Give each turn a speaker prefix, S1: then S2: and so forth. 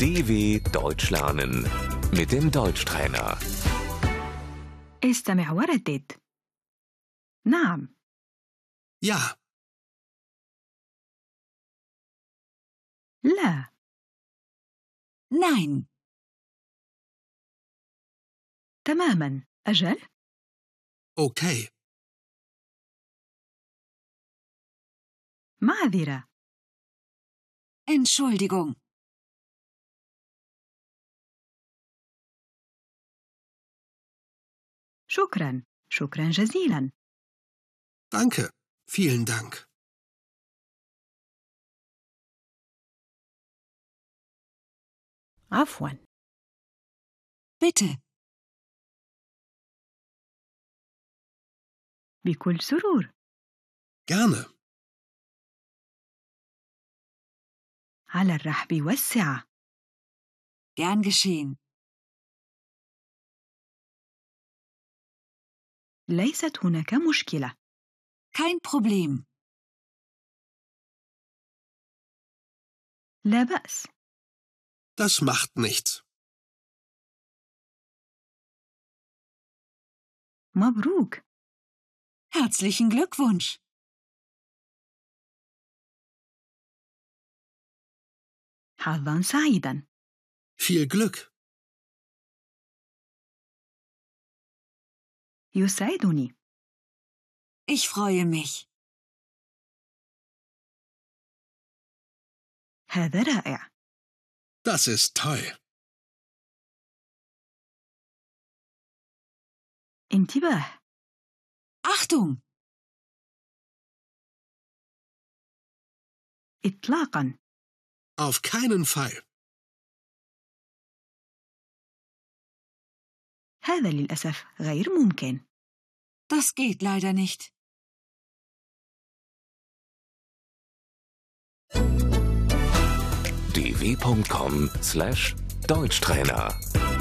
S1: DW Deutsch lernen mit dem Deutschtrainer.
S2: استمع وردد. نعم،
S3: Ja,
S2: لا،
S4: Nein,
S2: تماماً. أجل،
S3: okay,
S2: معذرة،
S4: Entschuldigung,
S2: شكراً، شكراً جزيلاً.
S3: danke, vielen Dank.
S2: عفواً.
S4: bitte,
S2: بكل سرور.
S3: Gerne,
S2: على الرحب والسعة.
S4: gern geschehen.
S2: ليست هناك مشكلة.
S4: Kein Problem.
S2: لا بأس.
S3: das macht nichts.
S2: مبروك.
S4: Herzlichen Glückwunsch.
S2: حظاً سعيداً.
S3: Viel Glück.
S2: يسعدني.
S4: Ich freue mich.
S2: هذا رائع.
S3: Das ist toll.
S2: انتباه.
S4: Achtung,
S2: إطلاقاً.
S3: Auf keinen Fall.
S2: هذا للأسف غير ممكن.
S4: das geht leider nicht.
S1: dw.com/deutschtrainer